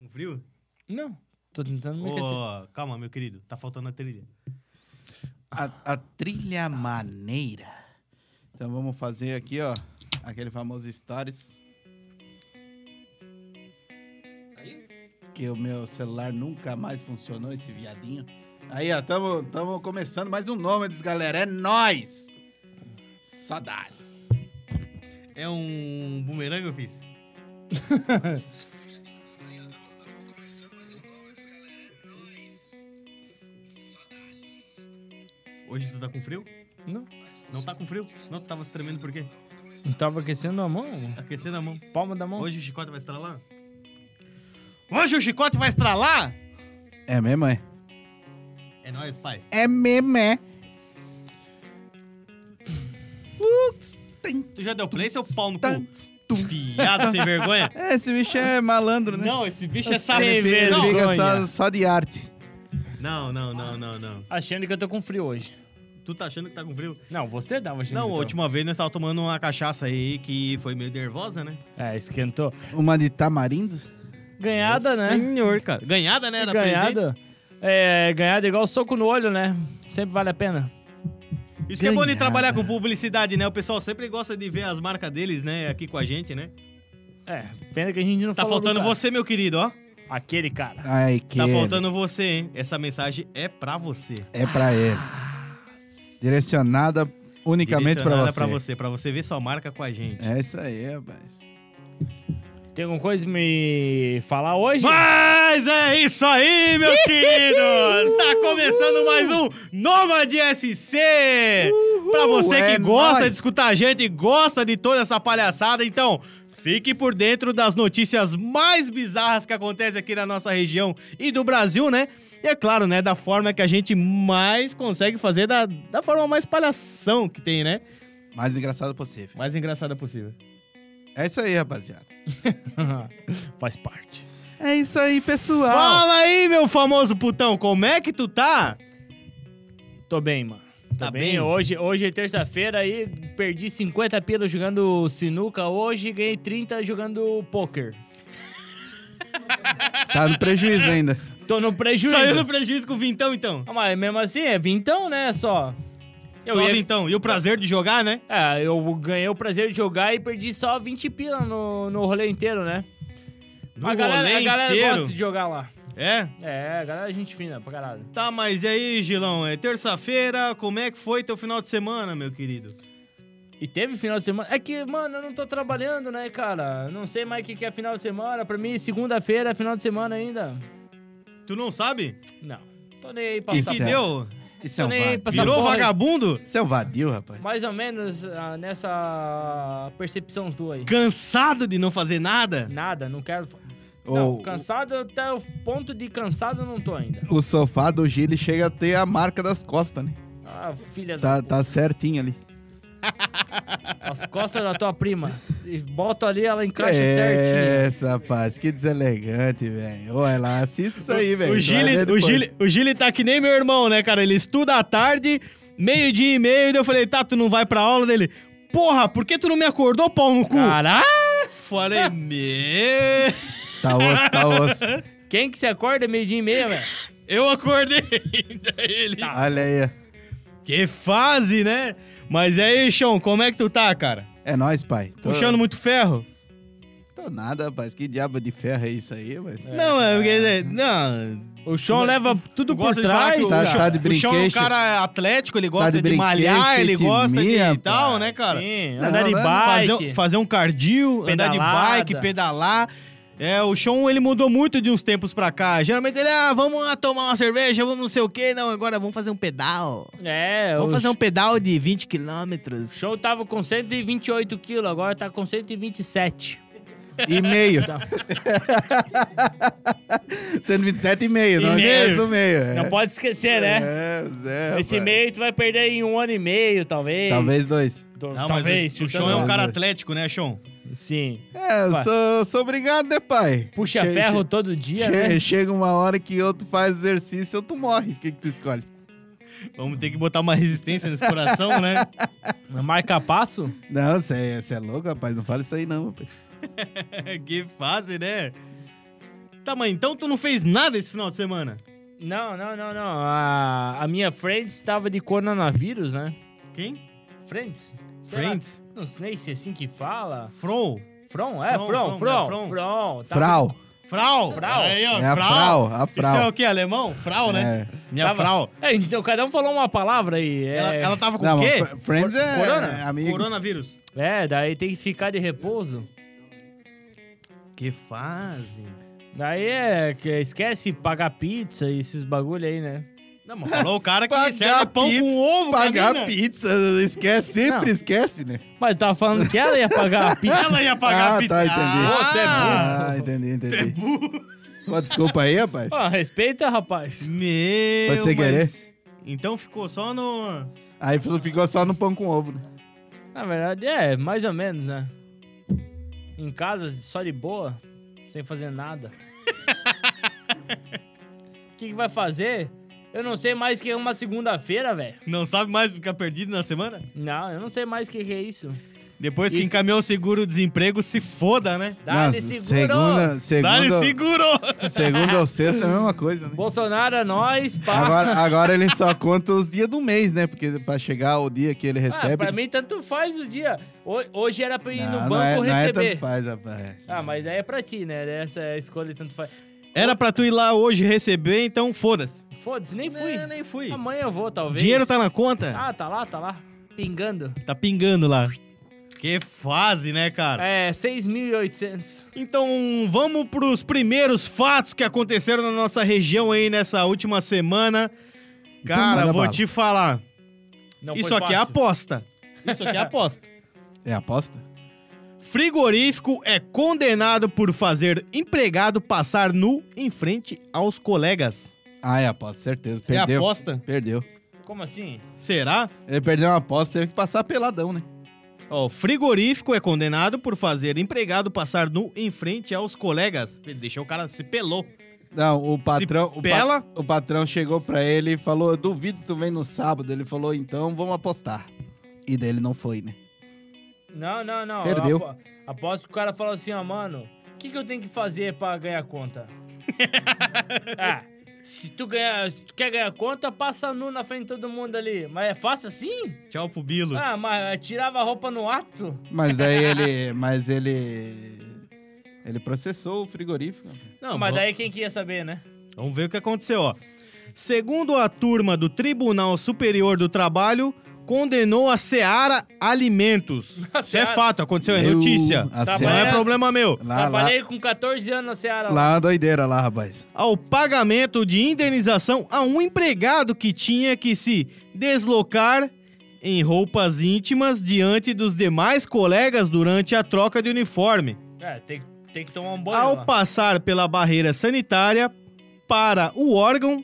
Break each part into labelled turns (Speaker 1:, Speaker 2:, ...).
Speaker 1: Um frio?
Speaker 2: Não, tô tentando me aquecer.
Speaker 1: Ô, calma, meu querido. Tá faltando a trilha.
Speaker 3: A, a trilha maneira. Então vamos fazer aqui, ó. Aquele famoso stories
Speaker 2: Aí?
Speaker 3: que o meu celular nunca mais funcionou, esse viadinho. Aí, ó, tamo, tamo começando mais um Nômades, galera. É nós! Sadali.
Speaker 1: É um bumerangue, eu fiz? Hoje tu tá com frio?
Speaker 2: Não.
Speaker 1: Não tá com frio? Não, tu tava se tremendo por quê?
Speaker 2: Não tava aquecendo a mão?
Speaker 1: Aquecendo a mão.
Speaker 2: Palma da mão?
Speaker 1: Hoje o chicote vai estralar? Hoje o chicote vai estralar?
Speaker 3: É mesmo, é?
Speaker 1: É nóis, pai.
Speaker 3: É mesmo, é.
Speaker 1: Tu já deu play, seu pau no cu? Piado sem vergonha?
Speaker 3: É, esse bicho é malandro, né?
Speaker 1: Não, esse bicho é
Speaker 2: Sem
Speaker 1: sabe.
Speaker 2: vergonha.
Speaker 1: Não,
Speaker 3: Liga só, só de arte.
Speaker 1: Não, não, não, não, não.
Speaker 2: Achando que eu tô com frio hoje.
Speaker 1: Tu tá achando que tá com frio?
Speaker 2: Não, você tava achando
Speaker 1: Não,
Speaker 2: que
Speaker 1: a
Speaker 3: então.
Speaker 2: eu
Speaker 1: última vez nós tava tomando uma cachaça aí que foi meio nervosa, né?
Speaker 2: tava. É, esquentou.
Speaker 3: Uma de tamarindo?
Speaker 2: Ganhada, né?
Speaker 1: Senhor, cara. Ganhada, né? Era presente.
Speaker 2: ganhada. É, ganhada igual soco no olho, né? Sempre vale a pena.
Speaker 1: Isso que é bom de
Speaker 3: Ganhada.
Speaker 1: trabalhar com publicidade, né? O pessoal sempre gosta de ver as marcas deles, né? Aqui com a gente, né?
Speaker 2: É, pena que a gente não
Speaker 1: Tá
Speaker 2: falou do
Speaker 1: faltando
Speaker 2: cara.
Speaker 1: você, meu querido, ó.
Speaker 2: Aquele cara.
Speaker 3: Ai, que.
Speaker 1: Tá
Speaker 3: ele.
Speaker 1: faltando você, hein? Essa mensagem é pra você.
Speaker 3: É pra ele. Direcionada unicamente pra
Speaker 1: Direcionada
Speaker 3: você.
Speaker 1: pra você, pra você ver sua marca com a gente.
Speaker 3: É isso aí, rapaz.
Speaker 2: Tem alguma coisa me falar hoje?
Speaker 1: Mas é isso aí, meus queridos! Está começando mais um Nômade SC! Pra você que
Speaker 3: é
Speaker 1: gosta
Speaker 3: nóis.
Speaker 1: de escutar a gente, gosta de toda essa palhaçada, então fique por dentro das notícias mais bizarras que acontecem aqui na nossa região e do Brasil, né? E é claro, né, da forma que a gente mais consegue fazer, da, da forma mais palhação que tem, né?
Speaker 3: Mais engraçado possível.
Speaker 1: Mais engraçada possível.
Speaker 3: É isso aí, rapaziada.
Speaker 2: Faz parte.
Speaker 3: É isso aí, pessoal.
Speaker 1: Fala aí, meu famoso putão, como é que tu tá?
Speaker 2: Tô bem, mano. Tô
Speaker 1: Tá
Speaker 2: bem.
Speaker 1: bem?
Speaker 2: Hoje, hoje é terça-feira aí, perdi 50 pila jogando sinuca hoje e ganhei 30 jogando poker.
Speaker 3: Tá no prejuízo ainda.
Speaker 2: Tô no
Speaker 3: É,
Speaker 2: prejuízo.
Speaker 1: Saiu do prejuízo com o vintão, então.
Speaker 2: Ah, mas mesmo assim, é vintão, né? Só. Eu
Speaker 1: Eu Sobe
Speaker 2: ia-
Speaker 1: então. E o prazer de jogar, né?
Speaker 2: É, eu ganhei o prazer de jogar e perdi só 20 pila no, no rolê inteiro, né?
Speaker 1: No
Speaker 2: a galera,
Speaker 1: rolê
Speaker 2: a galera
Speaker 1: inteiro.
Speaker 2: gosta de jogar lá.
Speaker 1: É?
Speaker 2: É, a galera é gente fina pra caralho.
Speaker 1: Tá, mas e aí, Gilão? É terça-feira, como é que foi teu final de semana, meu querido?
Speaker 2: E teve final de semana. É que, mano, eu não tô trabalhando, né, cara? Não sei mais o que, que é final de semana. Pra mim, segunda-feira é final de semana ainda.
Speaker 1: Tu não sabe?
Speaker 2: Não. Tô nem aí pra
Speaker 1: O
Speaker 3: Isso
Speaker 1: que
Speaker 3: é-
Speaker 1: deu?
Speaker 3: Isso é um
Speaker 2: Tô nem aí pra
Speaker 3: vadio.
Speaker 2: essa
Speaker 1: Virou
Speaker 2: porra aí.
Speaker 1: vagabundo?
Speaker 3: Isso é um vadio, rapaz.
Speaker 2: Mais ou menos ah, nessa percepção sua aí.
Speaker 1: Cansado de não fazer nada?
Speaker 2: Nada, não quero.
Speaker 3: Ou-
Speaker 2: Não, cansado até o ponto de cansado eu não tô ainda.
Speaker 3: O sofá do Gili chega a ter a marca das costas, né?
Speaker 2: Ah, filha
Speaker 3: Tá,
Speaker 2: da. puta.
Speaker 3: tá certinho ali.
Speaker 2: As costas da tua prima. E bota ali, ela encaixa certinho.
Speaker 3: é, essa, rapaz. Que deselegante, velho. Olha lá, assista isso aí,
Speaker 1: O
Speaker 3: velho. Tu vai
Speaker 1: Gile,
Speaker 3: ver
Speaker 1: o,
Speaker 3: depois.
Speaker 1: Gile, o Gile tá que nem meu irmão, né, cara? Ele estuda à tarde, meio-dia e meio, daí eu falei, tá, tu não vai pra aula dele? Porra, por que tu não me acordou, pau no cu?
Speaker 2: Caralho!
Speaker 1: Falei, meu...
Speaker 3: Tá osso, tá osso.
Speaker 2: Quem que se acorda meio-dia e meia, velho?
Speaker 1: Eu acordei, daí ele...
Speaker 3: Olha aí.
Speaker 1: Que fase, né? Mas e aí, Sean, como é que tu tá, cara?
Speaker 3: É nóis, pai. Tô,
Speaker 1: Puxando muito ferro?
Speaker 3: Tô nada, rapaz. Que diabo de ferro é isso aí, velho?
Speaker 1: Não, é porque. é, Não.
Speaker 2: O chão
Speaker 1: Mas-
Speaker 2: leva tudo
Speaker 1: Tu
Speaker 2: por
Speaker 1: gosta de falar
Speaker 2: trás.
Speaker 1: que o,
Speaker 3: Tá-
Speaker 1: Sean-
Speaker 3: tá de
Speaker 1: o Sean é um
Speaker 3: brinquedo.
Speaker 1: cara atlético, ele gosta
Speaker 3: de
Speaker 1: de, malhar, ele
Speaker 3: brinquedo,
Speaker 1: gosta de,
Speaker 3: timia,
Speaker 1: tal,
Speaker 3: rapaz.
Speaker 1: né, cara?
Speaker 2: Sim,
Speaker 3: Não,
Speaker 2: andar de
Speaker 3: não, não,
Speaker 2: bike.
Speaker 1: Fazer, um- fazer um cardio, andar de
Speaker 2: Pedalada.
Speaker 1: bike, pedalar. É, o Sean, ele mudou muito de uns tempos pra cá. Geralmente ele, ah, vamos lá tomar uma cerveja, vamos não sei o quê. Não, agora vamos fazer um pedal.
Speaker 2: É,
Speaker 1: Vamos
Speaker 2: o
Speaker 1: fazer um pedal de 20 quilômetros.
Speaker 2: show tava com 128 quilos, agora tá com 127.
Speaker 3: E meio.
Speaker 2: Tá.
Speaker 3: 127 e meio, não
Speaker 2: E meio.
Speaker 3: esquece o meio. É.
Speaker 2: Não pode esquecer, né?
Speaker 3: É, Zé,
Speaker 2: Esse
Speaker 3: rapaz.
Speaker 2: meio tu vai perder em um ano e meio, talvez.
Speaker 3: Talvez dois.
Speaker 2: Do-
Speaker 1: Não,
Speaker 2: talvez.
Speaker 1: mas o, o Sean
Speaker 2: chutando
Speaker 1: é um
Speaker 3: chutando.
Speaker 1: cara atlético, né, Sean?
Speaker 2: alto. Sim.
Speaker 3: É,
Speaker 2: Vai.
Speaker 3: sou, sou obrigado, né, pai?
Speaker 2: Puxa
Speaker 3: Che-
Speaker 2: ferro
Speaker 3: che-
Speaker 2: todo dia,
Speaker 3: che-
Speaker 2: né?
Speaker 3: Chega uma hora que outro faz exercício, outro morre. O que, que tu escolhe?
Speaker 1: Vamos ter que botar uma resistência nesse coração, né?
Speaker 2: Marca passo?
Speaker 3: Não, você
Speaker 2: Tá
Speaker 3: é, cê é louco, rapaz. Não fala isso aí, não. rapaz.
Speaker 1: que fase, né? Tá, mas então tu não fez nada esse final de semana?
Speaker 2: Não, não, não, não. A, a minha Friends estava de coronavírus, né?
Speaker 1: Quem?
Speaker 2: Friends? Sei lá,
Speaker 1: Friends?
Speaker 2: não sei se é assim que fala.
Speaker 1: Frol?
Speaker 2: From? É,
Speaker 1: From, From,
Speaker 2: From, From,
Speaker 1: é, From.
Speaker 2: From. tá Tava-
Speaker 3: Frau.
Speaker 1: Frau?
Speaker 2: Frau.
Speaker 1: Aí, ó,
Speaker 3: É a
Speaker 1: Frau.
Speaker 3: Frau, a
Speaker 1: Isso é
Speaker 3: Frau.
Speaker 1: o que? Alemão? Frau, né?
Speaker 3: É.
Speaker 1: Minha
Speaker 2: tava-
Speaker 1: Frau.
Speaker 2: É, então cada um falou uma palavra aí. É,
Speaker 1: Ela, ela tava com
Speaker 3: Não,
Speaker 1: o
Speaker 3: mas
Speaker 1: quê?
Speaker 3: Fr- Friends é
Speaker 2: Corona?
Speaker 3: é amigos.
Speaker 1: Coronavírus.
Speaker 2: é, daí tem que ficar de repouso.
Speaker 1: Que fase?
Speaker 2: Daí é, que esquece pagar pizza e esses bagulho aí, né?
Speaker 1: Não, mas falou o cara que
Speaker 3: Pagar
Speaker 2: é
Speaker 1: serve pão
Speaker 3: pizza,
Speaker 1: com ovo,
Speaker 3: Pagar
Speaker 1: Karina.
Speaker 3: pizza, esquece, sempre
Speaker 2: né? Não.
Speaker 3: esquece, né?
Speaker 2: Mas eu tava falando que ela ia pagar a pizza.
Speaker 1: Ela ia pagar
Speaker 3: Ah,
Speaker 1: a pizza.
Speaker 3: tá, entendi.
Speaker 1: Ah,
Speaker 2: Pô, tu é
Speaker 3: Ah, entendi,
Speaker 1: tu é
Speaker 3: entendi.
Speaker 1: burro.
Speaker 3: Ó, desculpa aí, rapaz.
Speaker 2: Ó, respeita, rapaz.
Speaker 1: Meu,
Speaker 3: Foi sem
Speaker 1: mas- Então ficou só no...
Speaker 3: Aí ficou só no pão com ovo, né?
Speaker 2: Na verdade, é, mais ou menos, né? Em casa, só de boa, sem fazer nada. O que, que vai fazer? Eu não sei mais que é uma segunda-feira, velho.
Speaker 1: Não sabe mais ficar perdido na semana?
Speaker 2: Não, eu não sei mais o que, que é isso.
Speaker 1: Depois que
Speaker 2: E-
Speaker 1: encaminhou o seguro-desemprego, se foda, né?
Speaker 2: Dá-lhe
Speaker 3: Nossa,
Speaker 2: seguro!
Speaker 3: segunda, segunda,
Speaker 1: Dá-lhe seguro!
Speaker 3: segunda ou sexta é a mesma coisa, né?
Speaker 2: Bolsonaro é nós, pá.
Speaker 3: Agora, agora ele só conta os dias do mês, né? Porque pra chegar o dia que ele recebe.
Speaker 2: ah, pra mim, tanto faz o dia. Ho- Hoje era pra ir
Speaker 3: não,
Speaker 2: no
Speaker 3: não
Speaker 2: banco
Speaker 3: é, não é
Speaker 2: receber.
Speaker 3: tanto faz, rapaz.
Speaker 2: ah, mas daí é pra ti, né? Essa é a escolha e tanto faz.
Speaker 1: Era pra tu ir lá hoje receber, então foda-se.
Speaker 2: Foda-se, nem fui.
Speaker 1: Não, nem fui.
Speaker 2: Amanhã eu vou, talvez.
Speaker 1: Dinheiro tá na conta?
Speaker 2: Ah, tá lá, tá lá. Pingando.
Speaker 1: Tá pingando lá. Que fase, né, cara?
Speaker 2: É, 6.800.
Speaker 1: Então vamos pros primeiros fatos que aconteceram na nossa região aí nessa última semana.
Speaker 3: Então,
Speaker 1: Cara,
Speaker 3: manda
Speaker 1: vou
Speaker 3: bala.
Speaker 1: te falar.
Speaker 2: Não
Speaker 1: Isso
Speaker 2: foi
Speaker 1: aqui é
Speaker 2: fácil.
Speaker 1: aposta. Isso aqui é aposta.
Speaker 3: É aposta?
Speaker 1: Frigorífico é condenado por fazer empregado passar nu em frente aos colegas.
Speaker 3: Ah, é aposta, certeza. Perdeu.
Speaker 1: É aposta?
Speaker 3: Perdeu.
Speaker 2: Como assim?
Speaker 1: Será?
Speaker 3: Ele perdeu uma aposta, teve que passar peladão, né?
Speaker 1: Ó, frigorífico é condenado por fazer empregado passar nu em frente aos colegas. Ele deixou o cara se pelou.
Speaker 3: Não, o patrão. o, pa-
Speaker 1: pela?
Speaker 3: o patrão chegou pra ele e falou: "Eu duvido que tu vem no sábado. Ele falou, então vamos apostar. E daí ele não foi, né?
Speaker 2: Não, não, não.
Speaker 3: Perdeu.
Speaker 2: Eu apo- Aposto que o cara falou assim, ó, mano, o que, que eu tenho que fazer pra ganhar conta? ah, se tu, ganhar, se tu quer ganhar conta, passa nu na frente de todo mundo ali. Mas é fácil assim?
Speaker 1: Tchau pro Bilo.
Speaker 2: Ah, mas tirava a roupa no ato?
Speaker 3: Mas daí ele. Mas ele. Ele processou o frigorífico.
Speaker 1: Não,
Speaker 2: mas
Speaker 1: vamos-
Speaker 2: daí quem que ia saber, né?
Speaker 1: Vamos ver o que aconteceu, ó. Segundo a turma do Tribunal Superior do Trabalho, condenou a Seara Alimentos.
Speaker 2: A
Speaker 1: Isso é
Speaker 2: Seara- Tá
Speaker 1: fato, aconteceu, é
Speaker 3: Meu,
Speaker 1: notícia.
Speaker 3: a
Speaker 1: Não é
Speaker 2: Seara-
Speaker 1: problema meu.
Speaker 3: Lá, lá,
Speaker 2: Trabalhei então. com 14 anos na Seara.
Speaker 3: lá é uma doideira lá, rapaz.
Speaker 1: ao pagamento de indenização a um empregado que tinha que se deslocar em roupas íntimas diante dos demais colegas durante a troca de uniforme.
Speaker 2: É, tem, tem que tomar um banho
Speaker 1: ao
Speaker 2: lá.
Speaker 1: passar pela barreira sanitária para o órgão,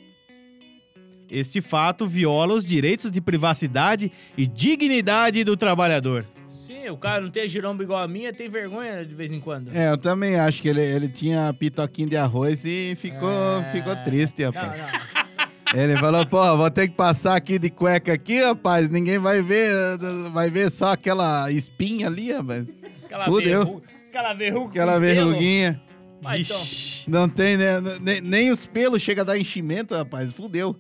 Speaker 1: este fato viola os direitos de privacidade e dignidade do trabalhador.
Speaker 2: Sim, o cara não tem giromba igual a minha, tem vergonha de vez em quando.
Speaker 3: É, eu também acho que ele, ele tinha pitoquinho de arroz e ficou,
Speaker 2: É.
Speaker 3: ficou triste,
Speaker 2: Não,
Speaker 3: rapaz.
Speaker 2: não.
Speaker 3: Ele falou, pô, vou ter que passar aqui de cueca aqui, rapaz. Ninguém vai ver, vai ver só aquela espinha ali, rapaz.
Speaker 2: Aquela
Speaker 3: Fudeu.
Speaker 2: verruga. Aquela verruga.
Speaker 3: Aquela
Speaker 2: com pelo.
Speaker 3: verruguinha.
Speaker 2: Mas então,
Speaker 1: Ixi.
Speaker 3: Não tem, né? Nem, nem os pelos chega a dar enchimento, rapaz. Fudeu.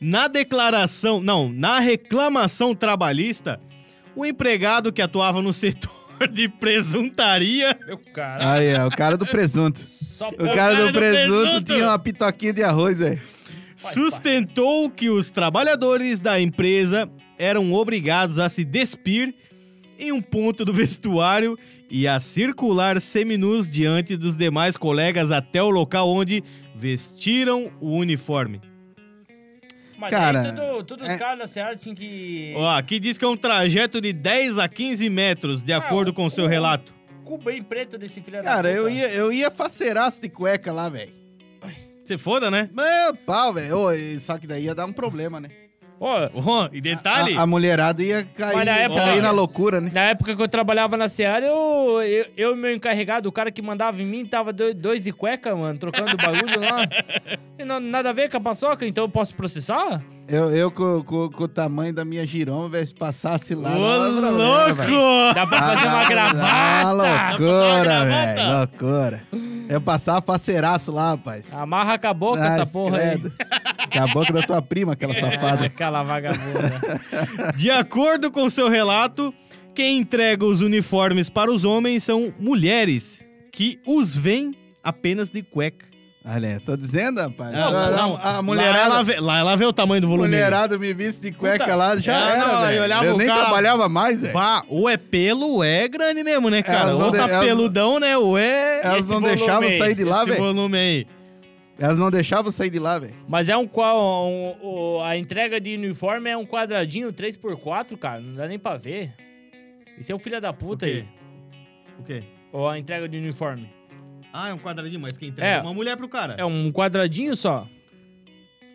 Speaker 1: Na declaração, não, na reclamação trabalhista, o empregado que atuava no setor de presuntaria
Speaker 2: meu cara,
Speaker 3: Aí, ó, o cara do presunto.
Speaker 2: só
Speaker 3: O cara do presunto
Speaker 1: presunto.
Speaker 3: tinha uma pitoquinha de arroz, velho.
Speaker 2: Faz
Speaker 1: sustentou que os trabalhadores da empresa eram obrigados a se despir em um ponto do vestuário e a circular seminus diante dos demais colegas até o local onde vestiram o uniforme.
Speaker 2: Mas
Speaker 3: Cara,
Speaker 2: daí tudo- todos os
Speaker 3: é-
Speaker 2: caras da Seara tinham que
Speaker 1: Ó, aqui diz que é um trajeto de 10 a 15 metros, de
Speaker 2: Ah,
Speaker 1: acordo com seu
Speaker 2: o-
Speaker 1: relato.
Speaker 2: cu bem preto desse filho da
Speaker 3: Cara,
Speaker 2: puta.
Speaker 3: eu ia, eu ia faceiraço de cueca lá, velho.
Speaker 1: Você foda, né?
Speaker 3: Meu pau, velho. Ô, e- Só que daí ia dar um problema, né?
Speaker 2: Ó,
Speaker 1: Ó, e detalhe,
Speaker 3: A, a mulherada ia cair,
Speaker 2: Mas na época-
Speaker 3: cair na loucura, né?
Speaker 2: na época que eu trabalhava na Seara, eu, eu, eu e meu encarregado, o cara que mandava em mim, tava do- dois de cueca, mano, trocando bagulho lá. E não- nada a ver com a paçoca, então eu posso processar?
Speaker 3: Eu, eu com, com- com o tamanho da minha giromba, velho, se passasse lá...
Speaker 1: ô
Speaker 3: lá- lá- lá- é velho.
Speaker 1: louco!
Speaker 2: Dá pra fazer uma
Speaker 3: Ah,
Speaker 2: gravata!
Speaker 3: loucura,
Speaker 1: gravata?
Speaker 3: velho, loucura. Eu passava faceiraço lá, rapaz.
Speaker 2: Amarra com a
Speaker 1: é
Speaker 2: boca essa
Speaker 3: Mas,
Speaker 2: porra aí.
Speaker 3: Ah, credo. Com a boca da tua prima, aquela safada.
Speaker 2: Aquela vagabunda.
Speaker 1: De acordo com seu relato, quem entrega os uniformes para os homens são mulheres que os veem apenas de cueca.
Speaker 3: Olha, é, tô dizendo, rapaz. Ah,
Speaker 1: Não,
Speaker 3: a,
Speaker 1: não,
Speaker 3: a
Speaker 1: Lá
Speaker 3: mulherada...
Speaker 1: ela, vê, lá ela vê o tamanho do volume.
Speaker 3: mulherada me visse de cueca
Speaker 2: Puta.
Speaker 3: lá, já
Speaker 1: É,
Speaker 3: era,
Speaker 1: não, eu
Speaker 3: velho.
Speaker 1: olhava
Speaker 3: Eu
Speaker 1: o
Speaker 3: nem
Speaker 1: cara-
Speaker 3: trabalhava mais, velho.
Speaker 1: Pá, ou é pelo ou é grande mesmo, né, cara?
Speaker 3: Elas não
Speaker 1: Ou tá
Speaker 3: de- elas-
Speaker 1: peludão, né? Ou é.
Speaker 3: Elas
Speaker 1: esse
Speaker 3: não
Speaker 1: volume
Speaker 3: deixavam
Speaker 1: aí,
Speaker 3: sair de lá,
Speaker 1: esse
Speaker 3: velho.
Speaker 1: volume aí.
Speaker 3: Elas não deixavam eu sair de lá, velho.
Speaker 2: Mas é um qual. um- o- a entrega de uniforme é um quadradinho 3x4, cara. Não dá nem pra ver. Esse é o filho da puta
Speaker 1: O quê?
Speaker 2: aí.
Speaker 1: O quê?
Speaker 2: Ou a entrega de uniforme.
Speaker 1: Ah, é um quadradinho, mas quem entrega é
Speaker 2: É.
Speaker 1: uma mulher pro cara.
Speaker 2: É um quadradinho só.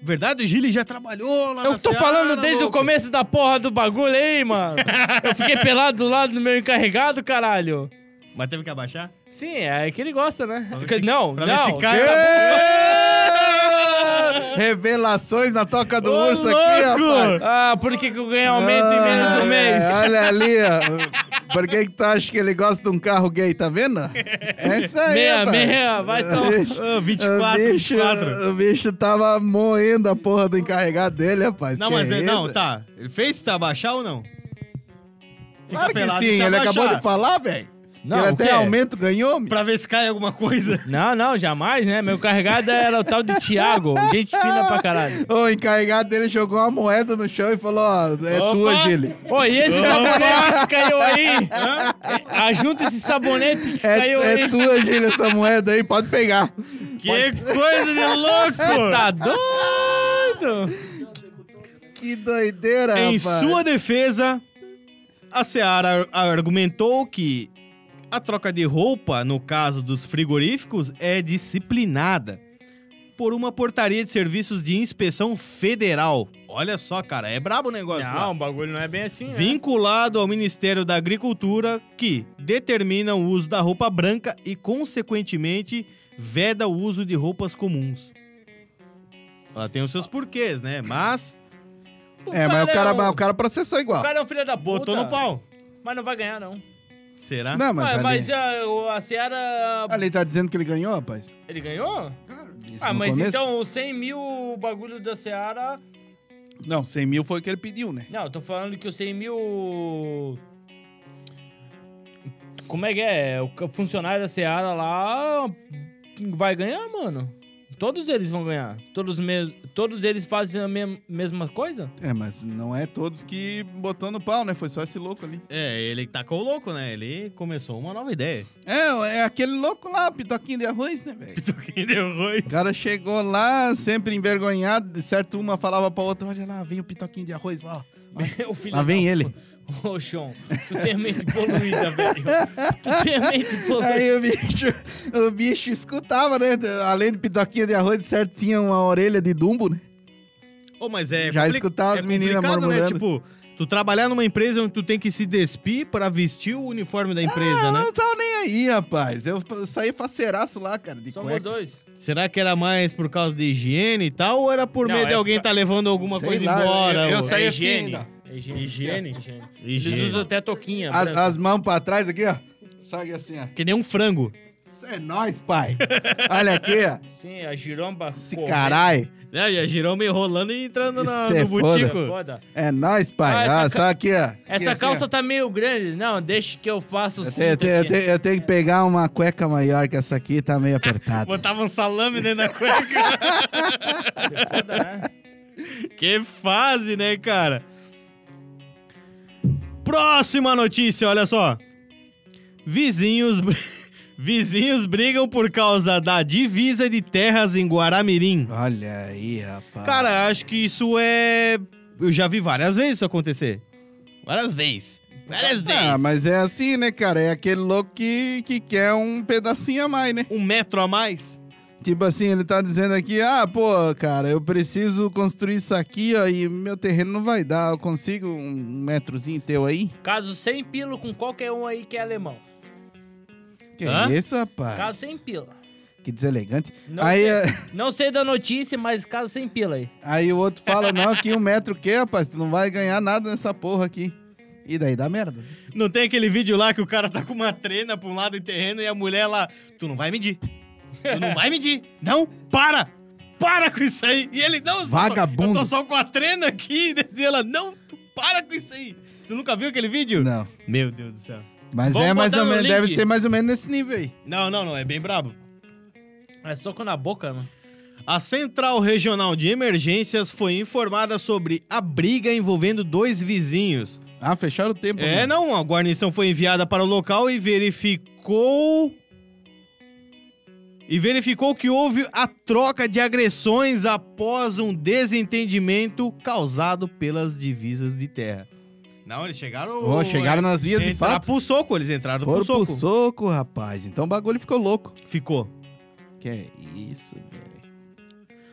Speaker 1: Verdade, o Gili já trabalhou lá
Speaker 2: Eu
Speaker 1: na
Speaker 2: tô
Speaker 1: Seara, tá
Speaker 2: falando desde
Speaker 1: louco.
Speaker 2: o começo da porra do bagulho aí, mano. Eu fiquei pelado do lado do meu encarregado, caralho.
Speaker 1: Mas teve que abaixar?
Speaker 2: Sim, é que ele gosta, né?
Speaker 1: Pra ver se-
Speaker 2: não,
Speaker 1: pra ver
Speaker 2: não.
Speaker 1: se cai né?
Speaker 3: Ê!
Speaker 1: na Ah,
Speaker 3: Revelações na toca do
Speaker 1: Ô,
Speaker 3: urso aqui, rapaz.
Speaker 2: Ah, por que, que eu ganhei aumento em menos de
Speaker 3: Ah,
Speaker 2: um mês?
Speaker 3: Olha ali, ó. Por que, que tu acha que ele gosta de um carro gay, tá vendo? É isso aí,
Speaker 2: Meia,
Speaker 3: rapaz.
Speaker 2: meia, vai tomar-
Speaker 3: O bicho-
Speaker 1: Ah, 24,
Speaker 3: o bicho,
Speaker 1: 24.
Speaker 3: O bicho tava moendo a porra do encarregado dele, rapaz.
Speaker 1: Não,
Speaker 3: Que
Speaker 1: mas
Speaker 3: é
Speaker 1: é, não,
Speaker 3: isso?
Speaker 1: tá. Ele fez se abaixar ou não? Fica
Speaker 3: Claro que
Speaker 1: pelado e
Speaker 3: sim,
Speaker 1: se
Speaker 3: ele
Speaker 1: abaixar.
Speaker 3: acabou de falar, velho.
Speaker 2: Não,
Speaker 3: Ele
Speaker 2: o
Speaker 3: até
Speaker 2: quê?
Speaker 3: aumento ganhou, meu.
Speaker 1: Pra ver se cai alguma coisa.
Speaker 2: Não, não, jamais, né? Meu carregado era o tal de Thiago. Gente fina pra caralho.
Speaker 3: O encarregado dele jogou uma moeda no chão e falou, ó, é
Speaker 1: Opa!
Speaker 3: tua, Gili.
Speaker 2: Ô, e esse sabonete que caiu aí? Ajunta esse sabonete que
Speaker 3: É,
Speaker 2: caiu
Speaker 3: é
Speaker 2: aí.
Speaker 3: tua, Gili, essa moeda aí, pode pegar.
Speaker 1: que coisa de
Speaker 2: Você
Speaker 1: louco!
Speaker 2: tá doido?
Speaker 3: Que doideira,
Speaker 1: Em
Speaker 3: rapaz.
Speaker 1: sua defesa, a Seara ar- argumentou que a troca de roupa, no caso dos frigoríficos, é disciplinada por uma portaria de serviços de inspeção federal. Olha só, cara, é brabo o negócio lá.
Speaker 2: Não, o bagulho não é bem assim, né?
Speaker 1: Vinculado ao Ministério da Agricultura, que determina o uso da roupa branca e, consequentemente, veda o uso de roupas comuns. Ela tem os seus porquês, né? Mas
Speaker 3: É, mas o cara,
Speaker 2: é um-
Speaker 3: o cara processou igual.
Speaker 2: o cara é um filho da puta.
Speaker 1: botou no pau.
Speaker 2: Mas não vai ganhar, não.
Speaker 1: Será?
Speaker 3: Não, mas,
Speaker 2: Mas,
Speaker 3: ali,
Speaker 2: mas, ah, o- a Seara...
Speaker 3: ali tá dizendo que ele ganhou, rapaz.
Speaker 2: Ele ganhou?
Speaker 3: Claro. Isso
Speaker 2: Ah,
Speaker 3: no
Speaker 2: mas
Speaker 3: começo.
Speaker 2: então os 100 mil o bagulho da Seara...
Speaker 3: Não, 100 mil foi o que ele pediu, né?
Speaker 2: Não, eu tô falando que os 100 mil... Como é que é? O ca- funcionário da Seara lá vai ganhar, mano. Todos eles vão ganhar. Todos, me... Todos eles fazem a me- mesma coisa?
Speaker 3: É, mas não é todos que botou no pau, né? Foi só esse louco ali.
Speaker 1: É, ele tacou o louco, né? Ele começou uma nova ideia.
Speaker 3: É, é aquele louco lá, pitoquinho de arroz, né, velho?
Speaker 1: Quem deu ruim?
Speaker 3: O cara chegou lá, sempre envergonhado, de certo uma falava pra outra, olha lá, vem o pitoquinho de arroz lá, ó.
Speaker 2: o filho
Speaker 3: Lá vem
Speaker 2: da
Speaker 3: ele.
Speaker 2: pu- Ô, Sean, tu tem a mente poluída, velho. Tu tem a mente poluída.
Speaker 3: Aí o bicho, o bicho escutava, né? Além de pitoquinha de arroz, de certo tinha uma orelha de dumbo, né?
Speaker 1: Oh, mas é
Speaker 3: Já
Speaker 1: compli-
Speaker 3: escutava
Speaker 1: é
Speaker 3: as meninas
Speaker 1: complicado, né?
Speaker 3: murmurando.
Speaker 1: Tipo, tu trabalhar numa empresa onde tu tem que se despir pra vestir o uniforme da empresa,
Speaker 3: Eu
Speaker 1: né?
Speaker 3: não tava nem aí, rapaz. Eu f- saí faceiraço lá, cara, de
Speaker 2: Somos
Speaker 3: cueca.
Speaker 2: dois.
Speaker 1: Será que era mais por causa de higiene e tal? Ou era por
Speaker 2: Não,
Speaker 1: medo de
Speaker 2: é
Speaker 1: alguém
Speaker 2: por ca-
Speaker 1: tá levando alguma
Speaker 3: Sei
Speaker 1: coisa
Speaker 3: lá,
Speaker 1: embora?
Speaker 3: eu- eu
Speaker 1: ou-
Speaker 3: saí- Sai
Speaker 2: é
Speaker 3: assim
Speaker 2: higiene.
Speaker 3: ainda.
Speaker 2: É higiene.
Speaker 1: Higiene?
Speaker 2: higiene.
Speaker 1: Higiene.
Speaker 2: Eles usam até toquinha.
Speaker 3: As,
Speaker 2: branca.
Speaker 3: as mãos pra trás aqui, ó. Sabe assim, ó.
Speaker 1: Que nem um frango.
Speaker 3: Isso é nóis, pai. Olha aqui, ó.
Speaker 2: Sim, assim, a giromba.
Speaker 3: Esse
Speaker 2: corrente.
Speaker 3: caralho.
Speaker 1: É, e a giromba enrolando e entrando na,
Speaker 3: Isso é
Speaker 1: no
Speaker 2: É
Speaker 1: butico.
Speaker 2: foda.
Speaker 3: É nóis, pai.
Speaker 2: Ah,
Speaker 3: Ah,
Speaker 2: essa
Speaker 3: só aqui, ó. Aqui,
Speaker 2: Essa
Speaker 3: assim,
Speaker 2: calça
Speaker 3: ó.
Speaker 2: tá meio grande. Não, deixa que eu assim, faça o
Speaker 3: Eu
Speaker 2: cinto
Speaker 3: tenho, eu, tenho, eu
Speaker 2: aqui.
Speaker 3: tenho- eu tenho que pegar uma cueca maior, que essa aqui tá meio apertada.
Speaker 1: Botava um salame dentro da cueca.
Speaker 2: Isso é foda, né?
Speaker 1: que fase, né, cara? Próxima notícia, olha só. Vizinhos, br- vizinhos brigam por causa da divisa de terras em Guaramirim.
Speaker 3: Olha aí, rapaz.
Speaker 1: Cara, acho que isso é. Eu já vi várias vezes isso acontecer. Várias vezes. Várias vezes.
Speaker 3: Ah, mas é assim, né, cara? É aquele louco que, que quer um pedacinho a mais, né?
Speaker 1: Um metro a mais?
Speaker 3: Tipo assim, ele tá dizendo aqui, ah, pô, cara, eu preciso construir isso aqui, ó, e meu terreno não vai dar. Eu consigo um metrozinho teu aí?
Speaker 2: Caso sem pilo com qualquer um aí que é alemão.
Speaker 3: Que
Speaker 1: Hã?
Speaker 3: é isso, rapaz?
Speaker 2: Caso sem pila.
Speaker 3: Que deselegante.
Speaker 2: Não,
Speaker 3: Aí,
Speaker 2: sei,
Speaker 3: eh,
Speaker 2: não sei da notícia, mas caso sem pila aí.
Speaker 3: aí o outro fala, não, aqui um metro o quê, rapaz? Tu não vai ganhar nada nessa porra aqui. E daí dá merda.
Speaker 1: Não tem aquele vídeo lá que o cara tá com uma trena pra um lado e terreno e a mulher lá. Tu não vai medir. Tu não vai medir. Não, para! Para com isso aí! E ele, não, eu tô-
Speaker 3: Vagabundo.
Speaker 1: Eu tô só com a trena aqui. E ela, não, tu para com isso aí! Tu nunca viu aquele vídeo?
Speaker 3: Não.
Speaker 1: Meu Deus do céu.
Speaker 3: Mas
Speaker 2: Vamos
Speaker 3: é mais
Speaker 2: botar
Speaker 3: ou
Speaker 2: no
Speaker 3: menos,
Speaker 2: link.
Speaker 3: deve ser mais ou menos nesse nível aí.
Speaker 1: Não, não, não, é bem brabo.
Speaker 2: É soco na boca, mano.
Speaker 1: A Central Regional de Emergências foi informada sobre a briga envolvendo dois vizinhos.
Speaker 3: Ah, fecharam o tempo.
Speaker 1: É,
Speaker 3: né?
Speaker 1: não, a guarnição foi enviada para o local e verificou. E verificou que houve a troca de agressões após um desentendimento causado pelas divisas de terra. Não, é eles chegaram.
Speaker 3: Ô, chegaram nas vias de
Speaker 1: Entraram
Speaker 3: fato.
Speaker 1: pro soco, eles entraram
Speaker 3: Foram
Speaker 1: pro soco.
Speaker 3: pro soco, rapaz. Então o bagulho ficou louco.
Speaker 1: Ficou.
Speaker 3: Que é isso, velho.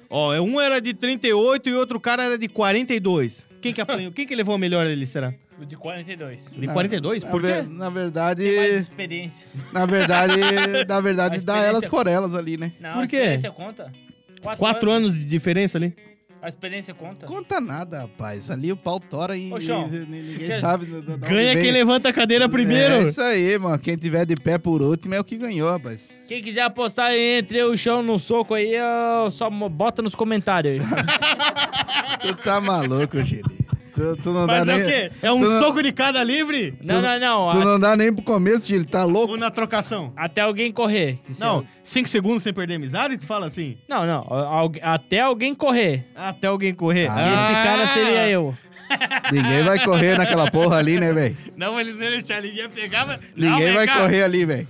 Speaker 1: Ó, um era de 38 e outro cara era de 42. Quem que apanhou? Quem que levou a melhor ali, será?
Speaker 2: O de 42.
Speaker 3: Ah,
Speaker 1: De 42?
Speaker 3: Na
Speaker 1: Por
Speaker 3: ver-
Speaker 1: quê?
Speaker 3: Na verdade,
Speaker 2: Tem mais experiência.
Speaker 3: na verdade, na
Speaker 2: A
Speaker 3: verdade, dá
Speaker 2: experiência-
Speaker 3: elas por elas ali, né?
Speaker 2: Não,
Speaker 1: Por
Speaker 2: a
Speaker 1: quê?
Speaker 2: experiência conta. Quatro,
Speaker 1: Quatro anos de diferença ali.
Speaker 2: A experiência conta.
Speaker 3: Conta nada, rapaz. Ali o pau tora e,
Speaker 2: Ô, Chão,
Speaker 3: e- e ninguém
Speaker 2: quer-
Speaker 3: sabe. da- da- da
Speaker 1: Ganha
Speaker 3: onde
Speaker 1: quem
Speaker 3: vem.
Speaker 1: levanta a cadeira primeiro.
Speaker 3: um É isso aí, mano. Quem tiver de pé por último é o que ganhou, rapaz.
Speaker 2: Quem quiser apostar entre eu e o chão no soco aí, eu só mo- bota nos comentários aí.
Speaker 3: Tu tá maluco, Gili. Tu, tu não
Speaker 1: Mas
Speaker 3: dá
Speaker 1: é
Speaker 3: nem.
Speaker 1: o quê? É um
Speaker 3: tu não-
Speaker 1: soco de cada livre?
Speaker 2: não, não, não.
Speaker 3: Tu
Speaker 2: a-
Speaker 3: não dá nem pro começo, Gili. Tá louco?
Speaker 1: Ou na trocação?
Speaker 2: Até alguém correr. Que se-
Speaker 1: Não, cinco segundos sem perder a amizade, tu fala assim?
Speaker 2: Não, não. algu- Até alguém correr.
Speaker 1: Até alguém correr.
Speaker 3: Ah.
Speaker 2: E Esse cara seria eu.
Speaker 3: Ninguém vai correr naquela porra ali, né, velho?
Speaker 1: Não, ele não ia deixar, ele ia pegar, mas... Não,
Speaker 3: Ninguém
Speaker 1: vem
Speaker 3: vai
Speaker 1: cá.
Speaker 3: correr ali, velho.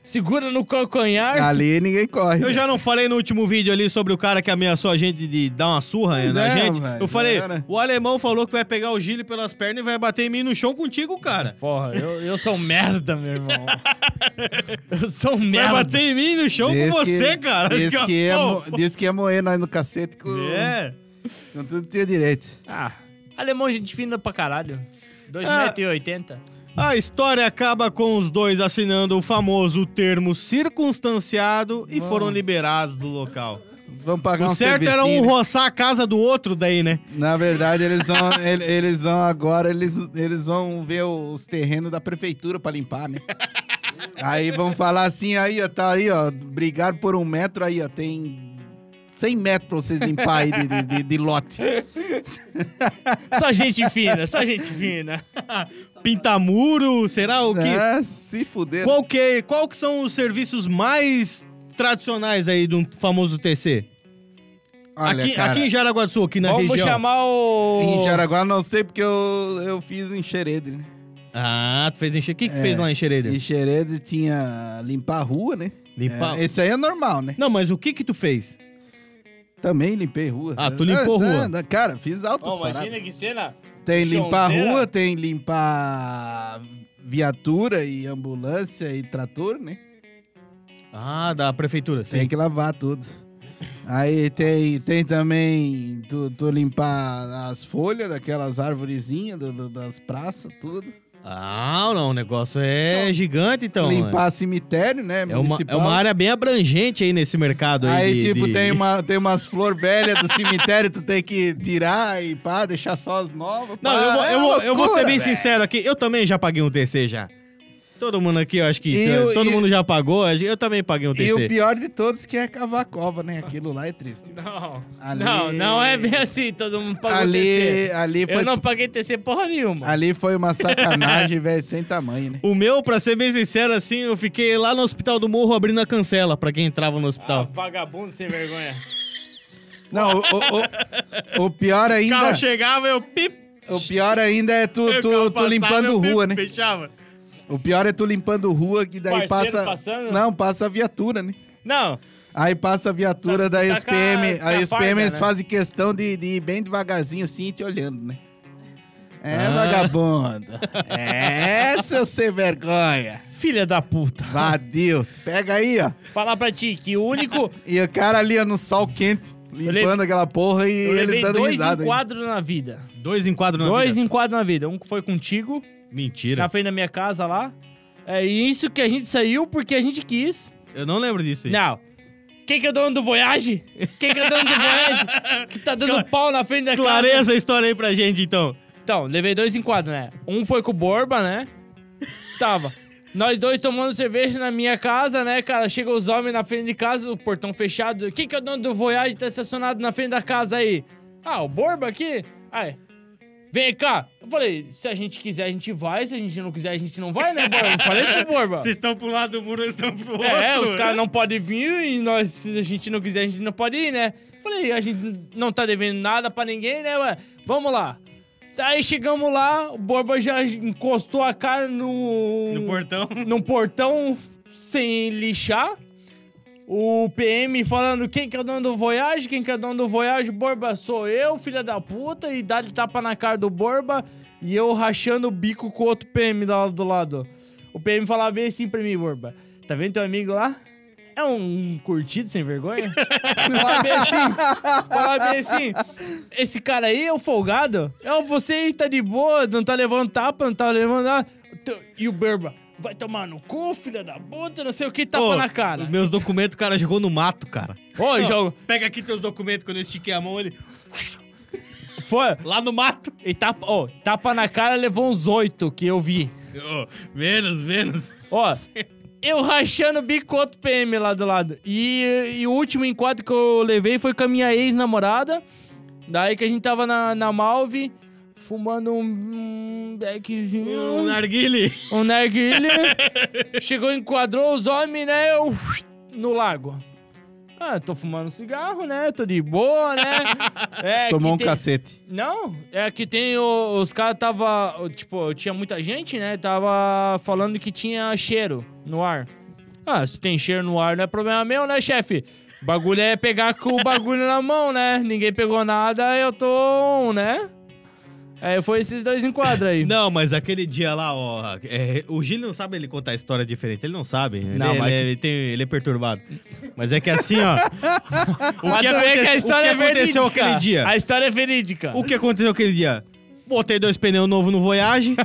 Speaker 2: Segura no calcanhar.
Speaker 3: Ali ninguém corre.
Speaker 1: Eu
Speaker 3: velho.
Speaker 1: já não falei no último vídeo ali sobre o cara que ameaçou a gente de dar uma surra
Speaker 3: Pois
Speaker 1: na
Speaker 3: é,
Speaker 1: gente.
Speaker 3: velho,
Speaker 1: eu falei,
Speaker 3: era.
Speaker 1: o alemão falou que vai pegar o Gile pelas pernas e vai bater em mim no chão contigo, cara.
Speaker 2: Porra, eu, eu sou um merda, meu irmão. Eu sou um
Speaker 1: Vai
Speaker 2: merda.
Speaker 1: bater em mim no chão
Speaker 3: Diz
Speaker 1: com
Speaker 3: que-
Speaker 1: você, cara.
Speaker 3: Diz que, é ia,
Speaker 1: Pô,
Speaker 3: mo- diz que ia moer nós no cacete com,
Speaker 1: É.
Speaker 3: com tudo que tinha direito.
Speaker 2: Ah, alemão, gente fina pra caralho. 2,80m.
Speaker 1: A história acaba com os dois assinando o famoso termo circunstanciado e foram liberados do local.
Speaker 3: Vamos pagar
Speaker 1: O
Speaker 3: um
Speaker 1: certo era um
Speaker 3: servicinho, né?
Speaker 1: roçar a casa do outro daí, né?
Speaker 3: Na verdade, eles vão, ele- eles vão agora, eles, eles vão ver os terrenos da prefeitura pra limpar, né? Aí vão falar assim, aí ó, tá aí ó, brigaram por um metro, aí ó, tem 100 metros pra vocês limpar aí de, de- de- de lote.
Speaker 2: Só gente fina, só gente fina.
Speaker 1: Pintar muro, será o que?
Speaker 3: Ah, se fuder.
Speaker 1: Qual que, é, qual que são os serviços mais tradicionais aí do famoso TC?
Speaker 3: Olha,
Speaker 1: aqui,
Speaker 3: cara,
Speaker 1: aqui em Jaraguá do Sul, aqui na
Speaker 2: Vamos
Speaker 1: região.
Speaker 2: chamar o.
Speaker 3: em Jaraguá não sei porque eu, eu fiz em Xerede, né?
Speaker 1: Ah, tu fez encher. O que, que fez
Speaker 3: É,
Speaker 1: lá em Xereda?
Speaker 3: Em Xerede tinha limpar a rua, né?
Speaker 1: Limpar.
Speaker 3: É, esse aí é normal, né?
Speaker 1: Não, mas o que que tu fez?
Speaker 3: Também limpei rua.
Speaker 1: Ah, tu limpou
Speaker 3: Nossa,
Speaker 1: rua.
Speaker 3: anda, Cara, fiz altas
Speaker 2: Ó,
Speaker 3: paradas.
Speaker 2: imagina que cena.
Speaker 3: Tem limpar
Speaker 2: Chãozeira.
Speaker 3: rua, tem limpar viatura e ambulância e trator, né?
Speaker 1: Ah, da prefeitura, sim.
Speaker 3: Tem que lavar tudo. Aí tem, tem também tu, tu limpar as folhas daquelas arvorezinhas do- do- das praças, tudo.
Speaker 1: Ah, não, o negócio é gigante então. né?
Speaker 3: limpar cemitério, né?
Speaker 1: É uma, é uma área bem abrangente aí nesse mercado aí.
Speaker 3: Aí,
Speaker 1: de-
Speaker 3: tipo,
Speaker 1: de-
Speaker 3: Tem, uma, tem umas flor velhas do cemitério, tu tem que tirar e pá, deixar só as novas.
Speaker 1: Não,
Speaker 3: pá.
Speaker 1: eu vou,
Speaker 3: É
Speaker 1: eu, vou, eu vou
Speaker 3: loucura,
Speaker 1: ser bem
Speaker 3: velho.
Speaker 1: sincero aqui. Eu também já paguei um TC já. Todo mundo aqui, eu acho que. tá,
Speaker 3: E o-
Speaker 1: todo
Speaker 3: e-
Speaker 1: mundo já pagou. acho- Eu também paguei um
Speaker 3: E o
Speaker 1: TC.
Speaker 3: pior de todos que é cavar a cova, né? Aquilo lá é triste.
Speaker 2: Não.
Speaker 3: Ali-
Speaker 2: Não, não é bem assim. Todo mundo pagou
Speaker 3: Ali,
Speaker 2: TC.
Speaker 3: ali,
Speaker 2: Eu
Speaker 3: foi,
Speaker 2: não paguei TC porra nenhuma.
Speaker 3: ali foi uma sacanagem, velho, sem tamanho, né?
Speaker 1: O meu, pra ser bem sincero, assim, eu fiquei lá no Hospital do Morro abrindo a cancela pra quem entrava no
Speaker 2: Ah,
Speaker 1: hospital.
Speaker 2: vagabundo sem vergonha.
Speaker 3: Não, o, o- o- o pior
Speaker 1: O
Speaker 3: ainda.
Speaker 1: carro chegava, eu pip.
Speaker 3: O pior ainda é tu,
Speaker 1: o
Speaker 3: tu-
Speaker 1: carro
Speaker 3: tu
Speaker 1: passava,
Speaker 3: limpando
Speaker 1: eu, pip,
Speaker 3: rua, né?
Speaker 1: Fechava.
Speaker 3: O pior é tu limpando rua, que daí
Speaker 2: Parceiro
Speaker 3: passa.
Speaker 2: passando?
Speaker 3: Não, passa a viatura, né?
Speaker 2: Não,
Speaker 3: Aí passa a viatura
Speaker 2: Sabe,
Speaker 3: da
Speaker 2: tá com a-
Speaker 3: SPM.
Speaker 2: com
Speaker 3: A,
Speaker 2: a
Speaker 3: SPM
Speaker 2: farda,
Speaker 3: eles
Speaker 2: né?
Speaker 3: fazem questão de, de ir bem devagarzinho assim e te olhando, né? É,
Speaker 1: Ah.
Speaker 3: vagabundo. É, seu sem vergonha.
Speaker 4: Filha da puta.
Speaker 3: Vadio. Pega aí, ó.
Speaker 4: Falar pra ti que o único.
Speaker 3: E o cara ali, ó, no sol quente,
Speaker 4: Eu
Speaker 3: limpando aquela porra e
Speaker 2: Eu
Speaker 3: eles
Speaker 2: levei
Speaker 3: dando
Speaker 2: dois
Speaker 3: risada. ainda.
Speaker 2: enquadros na vida.
Speaker 1: Dois enquadros na
Speaker 2: dois
Speaker 1: vida.
Speaker 2: enquadros na vida. Um que foi contigo, na
Speaker 1: Mentira.
Speaker 2: frente da minha casa lá. É isso que a gente saiu porque a gente quis.
Speaker 1: Eu não lembro disso aí.
Speaker 2: Não. Quem que é o dono do Voyage? Quem que é o dono do Voyage? Que tá dando pau na frente da
Speaker 1: Clareia
Speaker 2: casa.
Speaker 1: essa história aí pra gente, então.
Speaker 2: Então, levei dois enquadros, né? Um foi com o Borba, né? Tava. Nós dois tomando cerveja na minha casa, né, cara? Chega os homens na frente de casa, o portão fechado. Quem que é o dono do Voyage tá estacionado na frente da casa aí? Ah, o Borba aqui? Aí. Vem cá. Eu falei, se a gente quiser, a gente vai. Se a gente não quiser, a gente não vai, né, Borba? Eu falei pro Borba.
Speaker 1: Vocês estão pro lado do muro, eles estão pro outro.
Speaker 2: É, os caras não podem vir e nós, se a gente não quiser, a gente não pode ir, né? Falei, a gente não tá devendo nada pra ninguém, né, ué? Vamos lá. Aí chegamos lá, o Borba já encostou a cara no.
Speaker 1: No portão.
Speaker 2: num portão sem lixar. O PM falando quem que é o dono do Voyage, quem que é o dono do Voyage, Borba sou eu, filha da puta, e dá-lhe tapa na cara do Borba, e eu rachando o bico com o outro PM lá do lado. O PM falava bem assim pra mim, Borba, tá vendo teu amigo lá? É um curtido sem vergonha? falava bem assim, falava bem assim, esse cara aí é o folgado, é você aí tá de boa, não tá levando tapa, não tá levando nada. E o Borba, vai tomar no cu, filha da puta, não sei o que, tapa
Speaker 1: Ô,
Speaker 2: na cara.
Speaker 1: Meus documentos, o cara jogou no mato, cara.
Speaker 2: Ô, jogo.
Speaker 1: Pega aqui teus documentos, quando eu estiquei a mão, ele...
Speaker 2: Foi.
Speaker 1: Lá no mato.
Speaker 2: E tapa, ó, tapa na cara levou uns oito que eu vi.
Speaker 1: Ô, menos, menos.
Speaker 2: Ó, eu rachando o bico com outro PM lá do lado. E, e o último enquadro que eu levei foi com a minha ex-namorada. Daí que a gente tava na, na Malve, fumando um, um
Speaker 1: Um
Speaker 2: beckzinho,
Speaker 1: narguile.
Speaker 2: um narguilha. Chegou, enquadrou os homens, né? Eu no lago. Ah, tô fumando cigarro, né? Tô de boa, né? É,
Speaker 3: Tomou
Speaker 2: que
Speaker 3: um
Speaker 2: tem-
Speaker 3: cacete.
Speaker 2: Não, é que tem o- os caras tava, o- tipo, tinha muita gente, né? Tava falando que tinha cheiro no ar. Ah, se tem cheiro no ar não é problema meu, né, chefe? O Bagulho é pegar com o bagulho na mão, né? Ninguém pegou nada, eu tô, né? Aí foi esses dois enquadros aí.
Speaker 1: Não, mas aquele dia lá, ó. é, o Gil não sabe ele contar história diferente. Ele não sabe.
Speaker 2: Não,
Speaker 1: ele,
Speaker 2: mas-
Speaker 1: ele, ele tem, ele é perturbado. Mas é que assim, ó. o
Speaker 2: Mas
Speaker 1: que,
Speaker 2: tu vê
Speaker 1: aconte-
Speaker 2: que a
Speaker 1: o que
Speaker 2: história é
Speaker 1: aconteceu
Speaker 2: verídica.
Speaker 1: aquele dia?
Speaker 2: A história é verídica.
Speaker 1: O que aconteceu aquele dia? Botei dois pneus novos no Voyage.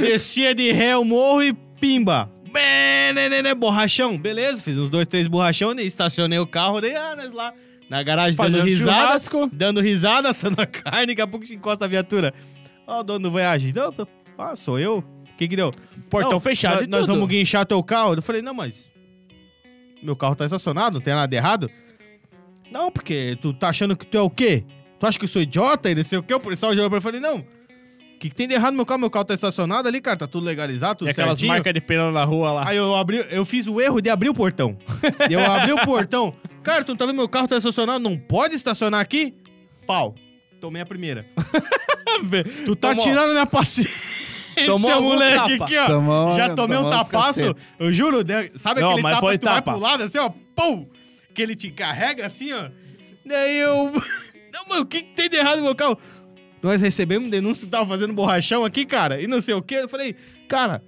Speaker 1: descia de ré o morro e pimba. Bé, né, né, né, Borrachão, beleza. Fiz uns dois, três borrachão, né, estacionei o carro, dei ah, nós lá na garagem
Speaker 2: Fazendo
Speaker 1: dando risada.
Speaker 2: churrasco.
Speaker 1: Dando risada, assando a carne, daqui a pouco encosta a viatura. Ó, o dono do Voyage. Não, tô- ah, sou eu. O que que deu?
Speaker 2: Portão
Speaker 1: Não,
Speaker 2: fechado
Speaker 1: nós,
Speaker 2: e
Speaker 1: nós
Speaker 2: tudo.
Speaker 1: vamos guinchar teu carro. Eu falei, não, mas... Meu carro tá estacionado, não tem nada errado. Não, porque tu tá achando que tu é o quê? Tu acha que eu sou idiota e não sei o quê? O policial olhou pra mim e falei, não. O que, que tem de errado no meu carro? Meu carro tá estacionado ali, cara. Tá tudo legalizado, tudo
Speaker 2: E É aquelas
Speaker 1: certinho.
Speaker 2: marcas de pneu na rua lá.
Speaker 1: Aí eu abri, eu fiz o erro de abrir o portão. eu abri o portão. Cara, tu não tá vendo meu carro tá estacionado? Não pode estacionar aqui? Pau. Tomei a primeira. Tu tá
Speaker 2: Tomou.
Speaker 1: tirando minha paciência,
Speaker 2: Tomou alguns
Speaker 1: moleque,
Speaker 2: tapa.
Speaker 1: aqui, ó.
Speaker 3: Tomou-
Speaker 1: Já tomei um
Speaker 3: tomou uns
Speaker 1: tapaço,
Speaker 3: cacete.
Speaker 1: eu juro, né? sabe
Speaker 2: Não,
Speaker 1: aquele
Speaker 2: mas
Speaker 1: tapa
Speaker 2: foi
Speaker 1: que tu vai
Speaker 2: tapa.
Speaker 1: pro lado, assim, ó, pum! Que ele te carrega, assim, ó. Daí eu... Não, mano, o que, que tem de errado no meu carro? Nós recebemos denúncia que tava fazendo borrachão aqui, cara, e não sei o quê. Eu falei, cara,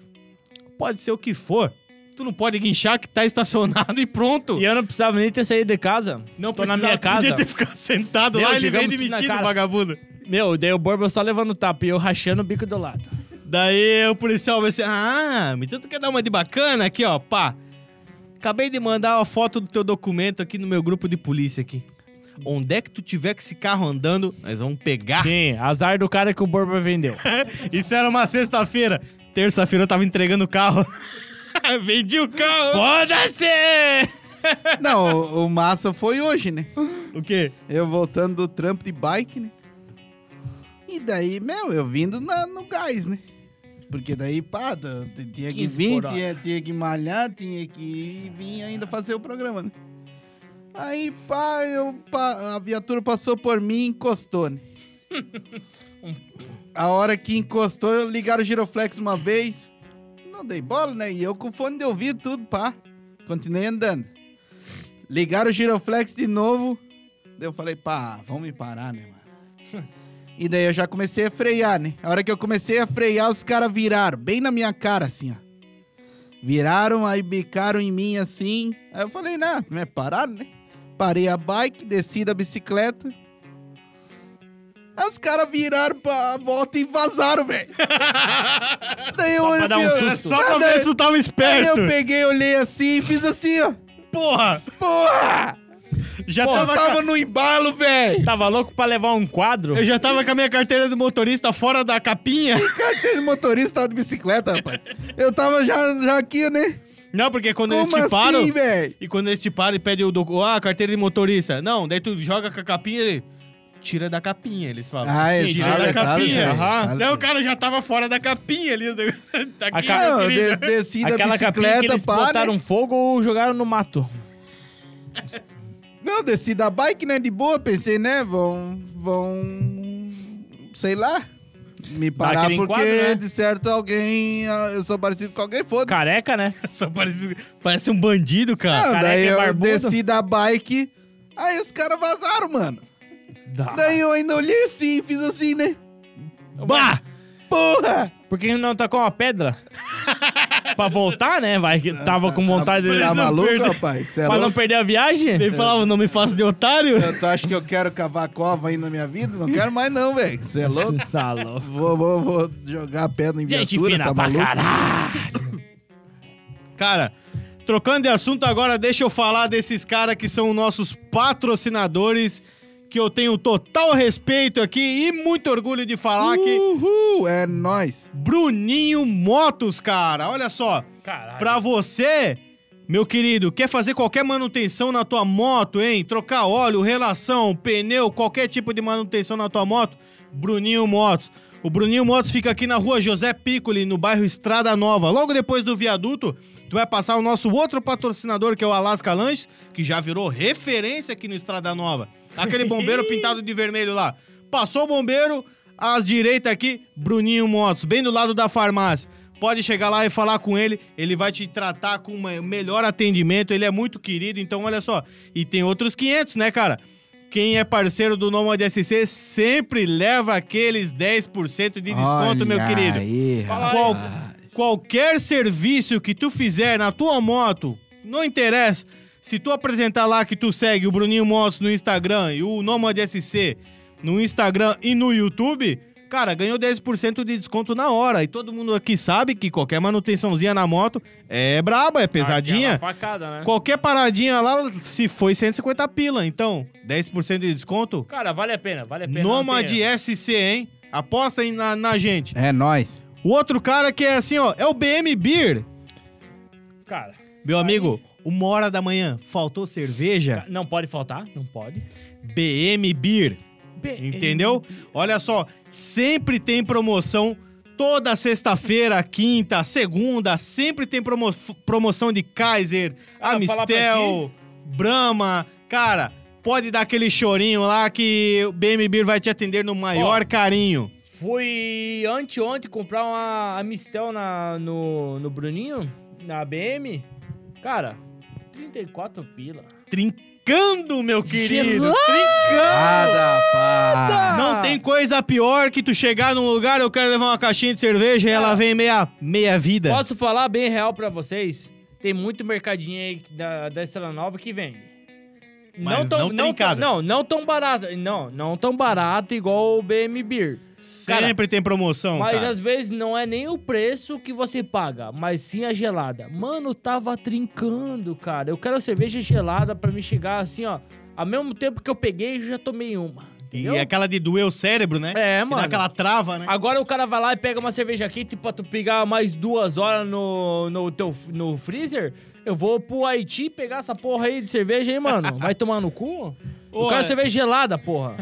Speaker 1: pode ser o que for. Tu não pode guinchar que tá estacionado e pronto.
Speaker 2: E eu não precisava nem ter saído de casa.
Speaker 1: não
Speaker 2: tô na
Speaker 1: precisava,
Speaker 2: minha casa.
Speaker 1: Podia ter ficado sentado
Speaker 2: Deus,
Speaker 1: lá, ele veio
Speaker 2: jogamos tudo na
Speaker 1: demitido,
Speaker 2: cara.
Speaker 1: vagabundo.
Speaker 2: Meu, daí o Borba só levando tapa e eu rachando o bico do lado.
Speaker 1: Daí o policial vai assim, ah, então tu quer dar uma de bacana aqui, ó, pá. Acabei de mandar uma foto do teu documento aqui no meu grupo de polícia aqui. Onde é que tu tiver com esse carro andando, nós vamos
Speaker 3: Ah.
Speaker 1: pegar.
Speaker 2: Sim, azar do cara que o Borba vendeu.
Speaker 1: Isso era uma sexta-feira. Terça-feira eu tava entregando o carro. Vendi o carro.
Speaker 2: Foda-se!
Speaker 3: Não, o, o massa foi hoje, né?
Speaker 1: O quê?
Speaker 3: Eu voltando do trampo de bike, né? E daí, meu, eu vindo na- no gás, né? Porque daí, pá, da- t- tinha que
Speaker 2: 15
Speaker 3: vir,
Speaker 2: por hora.
Speaker 3: tinha, tinha que malhar, tinha que vir ainda fazer o programa, né? Aí, pá, eu, pá, a viatura passou por mim e encostou, né?
Speaker 2: Um
Speaker 3: a hora que encostou, eu ligaram o giroflex uma vez. Não dei bola, né? E eu com fone de ouvido, tudo, pá. Continuei andando. Ligaram o giroflex de novo. Daí eu falei, pá, vamos me parar, né, mano? e daí eu já comecei a frear, né? A hora que eu comecei a frear, os caras viraram, bem na minha cara, assim, ó. Viraram, aí bicaram em mim assim. Aí eu falei, né, não é parado, né? Parei a bike, desci da bicicleta. Aí os caras viraram pra volta e vazaram, velho. Daí eu
Speaker 4: Só pra
Speaker 3: olhei
Speaker 4: dar um
Speaker 3: eu-
Speaker 4: susto.
Speaker 1: Só pra
Speaker 3: daí-
Speaker 1: ver se tu tava
Speaker 3: Aí eu
Speaker 1: esperto.
Speaker 3: peguei, olhei assim e fiz assim, ó.
Speaker 1: É Porra,
Speaker 3: Porra!
Speaker 1: já
Speaker 3: Eu
Speaker 1: tava...
Speaker 3: tava no embalo, velho!
Speaker 4: Tava louco pra levar um quadro?
Speaker 1: Eu já tava com a minha carteira do motorista fora da capinha.
Speaker 3: Carteira de motorista tava de bicicleta, rapaz. Eu tava já, já aqui, né?
Speaker 1: Não, porque quando
Speaker 3: Como
Speaker 1: eles te param...
Speaker 3: assim, velho?
Speaker 1: E quando eles te param e pedem o docu... Ah, carteira de motorista. Não, daí tu joga com a capinha ele... Tira da capinha, eles falam.
Speaker 3: Ah, eles
Speaker 1: tira
Speaker 3: falam,
Speaker 1: da
Speaker 3: eles falam,
Speaker 1: capinha.
Speaker 3: eles falam,
Speaker 1: Aham.
Speaker 3: eles
Speaker 1: Daí o
Speaker 3: falam.
Speaker 1: cara já tava fora da capinha ali. tá aqui,
Speaker 4: ca-
Speaker 1: meu
Speaker 3: Não,
Speaker 1: querido.
Speaker 3: de, desci da
Speaker 4: Aquela capinha que
Speaker 3: bicicleta,
Speaker 4: eles
Speaker 3: pá, né?
Speaker 4: botaram fogo ou jogaram no mato.
Speaker 3: Não, desci da bike, né? De boa, pensei, né? Vão. Vão. Sei lá. Me parar porque,
Speaker 4: aquele enquadro, né?
Speaker 3: de certo, alguém. ah, Eu sou parecido com alguém, foda-se.
Speaker 4: Careca, né?
Speaker 1: Só parece, parece um bandido, cara.
Speaker 3: Não,
Speaker 4: careca
Speaker 3: daí
Speaker 4: e
Speaker 3: eu
Speaker 4: é barbudo.
Speaker 3: desci da bike. Aí os caras vazaram, mano.
Speaker 4: Dá.
Speaker 3: Daí eu ainda olhei assim, fiz assim, né?
Speaker 4: Bah!
Speaker 3: Porra!
Speaker 4: Por que não tacou uma pedra? pra voltar, né? Vai que tava com vontade de...
Speaker 3: Tá,
Speaker 4: pra não
Speaker 3: maluco,
Speaker 4: perder-
Speaker 3: rapaz? Cê é
Speaker 4: Pra não
Speaker 3: louco?
Speaker 4: perder a viagem?
Speaker 1: Ele falava, não me faça de otário.
Speaker 3: Eu- Tu acha que eu quero cavar cova aí na minha vida? Não quero mais, não, velho. Você é louco?
Speaker 4: Tá louco.
Speaker 3: Vou, vou, vou jogar pedra em
Speaker 4: Gente
Speaker 3: viatura,
Speaker 4: fina
Speaker 3: tá
Speaker 4: pra
Speaker 3: maluco?
Speaker 4: caralho.
Speaker 1: Cara, trocando de assunto agora, deixa eu falar desses caras que são nossos patrocinadores, que eu tenho total respeito aqui e muito orgulho de falar que
Speaker 3: Uhul, é nóis.
Speaker 1: Bruninho Motos, cara. Olha só,
Speaker 4: Caralho.
Speaker 1: pra você, meu querido, quer fazer qualquer manutenção na tua moto, hein? Trocar óleo, relação, pneu, qualquer tipo de manutenção na tua moto, Bruninho Motos. O Bruninho Motos fica aqui na rua José Piccoli, no bairro Estrada Nova. Logo depois do viaduto, tu vai passar o nosso outro patrocinador, que é o Alaska Lanches, que já virou referência aqui no Estrada Nova. Aquele bombeiro pintado de vermelho lá. Passou o bombeiro, às direitas aqui, Bruninho Motos, bem do lado da farmácia. Pode chegar lá e falar com ele, ele vai te tratar com uma- o melhor atendimento, ele é muito querido, então olha só. E tem outros 500, né, cara? Quem é parceiro do Nomad SC sempre leva aqueles 10% de desconto, meu
Speaker 3: Olha
Speaker 1: querido.
Speaker 3: aí,
Speaker 2: Fala
Speaker 1: Qual-
Speaker 2: aí.
Speaker 1: qualquer serviço que tu fizer na tua moto, não interessa. Se tu apresentar lá que tu segue o Bruninho Motos no Instagram e o Nomad SC no Instagram e no YouTube, cara, ganhou 10% de desconto na hora. E todo mundo aqui sabe que qualquer manutençãozinha na moto é braba, é pesadinha.
Speaker 2: Aquela Facada, né?
Speaker 1: Qualquer paradinha lá, se foi 150 pila. Então, 10% de desconto,
Speaker 2: Cara, vale a pena, vale a pena. não
Speaker 1: Nomad
Speaker 2: tem-
Speaker 1: SC, hein? Aposta aí na, na gente.
Speaker 3: É nóis.
Speaker 1: O outro cara que é assim, ó, é o BM Beer.
Speaker 3: é-
Speaker 2: Cara,
Speaker 1: Meu amigo, uma hora da manhã, faltou cerveja?
Speaker 2: ca- não pode faltar, não pode.
Speaker 1: BM Beer, entendeu? Olha só, sempre tem promoção. Toda sexta-feira, quinta, segunda, sempre tem promo- promoção de Kaiser,
Speaker 2: Ah, falar pra
Speaker 1: Amistel, Brahma. Cara, pode dar aquele chorinho lá que o BM Beer vai te atender no maior carinho.
Speaker 2: Fui anteontem comprar uma Amistel na, no, no Bruninho, na BM. Cara, 34 pila.
Speaker 1: Trincando, meu querido!
Speaker 2: Gelado!
Speaker 1: Trincando!
Speaker 3: Nada,
Speaker 1: Não tem coisa pior que tu chegar num lugar, eu quero levar uma caixinha de cerveja e ela vem meia, meia vida.
Speaker 2: Posso falar bem real pra vocês? Tem muito mercadinho aí da, da Estrela Nova que vende.
Speaker 1: Mas não
Speaker 2: não, tão,
Speaker 1: trincada.
Speaker 2: não, não tão barato. Não, não tão barato igual o BM Beer.
Speaker 1: Sempre tem promoção,
Speaker 2: mas
Speaker 1: cara.
Speaker 2: às vezes não é nem o preço que você paga, mas sim a gelada. Mano, tava trincando, cara. Eu quero cerveja gelada pra me chegar assim, ó. Ao mesmo tempo que eu peguei, eu já tomei uma. Entendeu?
Speaker 1: E é aquela de doer o cérebro, né? Que
Speaker 2: É,
Speaker 1: dá
Speaker 2: mano.
Speaker 1: aquela trava, né?
Speaker 2: Agora o cara vai lá e pega uma cerveja quente pra tu pegar mais duas horas no, no teu no freezer. Eu vou pro Haiti pegar essa porra aí de cerveja aí, mano. Vai tomar no cu?
Speaker 1: Ô,
Speaker 2: eu quero
Speaker 1: é-
Speaker 2: cerveja gelada, porra.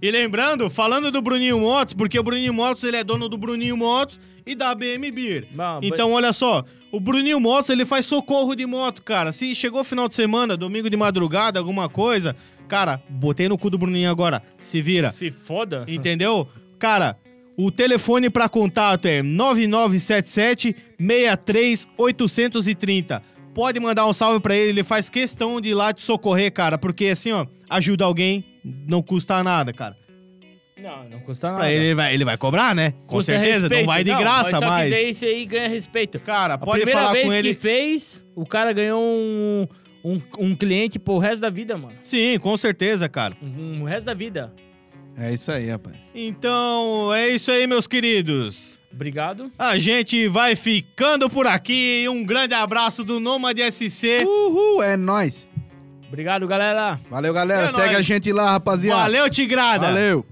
Speaker 1: E lembrando, falando do Bruninho Motos, porque o Bruninho Motos, ele é dono do Bruninho Motos e da BM Beer.
Speaker 2: Não, mas-
Speaker 1: Então, olha só, o Bruninho Motos, ele faz socorro de moto, cara. Se chegou final de semana, domingo de madrugada, alguma coisa, cara, botei no cu do Bruninho agora, se vira.
Speaker 2: Se foda.
Speaker 1: Entendeu? Cara, o telefone para contato é 9977 63830. Pode mandar um salve para ele, ele faz questão de ir lá te socorrer, cara, porque assim, ó, ajuda alguém, não custa nada, cara.
Speaker 2: Não, não custa nada.
Speaker 1: Pra ele, ele vai, ele vai cobrar, né? Com
Speaker 2: Custa
Speaker 1: certeza, não
Speaker 2: respeito.
Speaker 1: vai de graça,
Speaker 2: mas... Só que
Speaker 1: mas...
Speaker 2: daí isso aí ganha respeito.
Speaker 1: Cara,
Speaker 2: A
Speaker 1: pode
Speaker 2: primeira
Speaker 1: falar
Speaker 2: vez
Speaker 1: com
Speaker 2: que
Speaker 1: ele...
Speaker 2: fez, o cara ganhou um, um, um cliente pro resto da vida, mano.
Speaker 1: Sim, com certeza, cara.
Speaker 2: Um, um resto da vida.
Speaker 3: É isso aí, rapaz.
Speaker 1: Então, é isso aí, meus queridos.
Speaker 2: Obrigado.
Speaker 1: A gente vai ficando por aqui. Um grande abraço do Nomad SC.
Speaker 3: Uhul, é nóis.
Speaker 2: Obrigado, galera.
Speaker 3: Valeu, galera.
Speaker 1: É
Speaker 3: Segue
Speaker 1: nóis.
Speaker 3: a gente lá, rapaziada.
Speaker 1: Valeu, Tigrada.
Speaker 3: Valeu.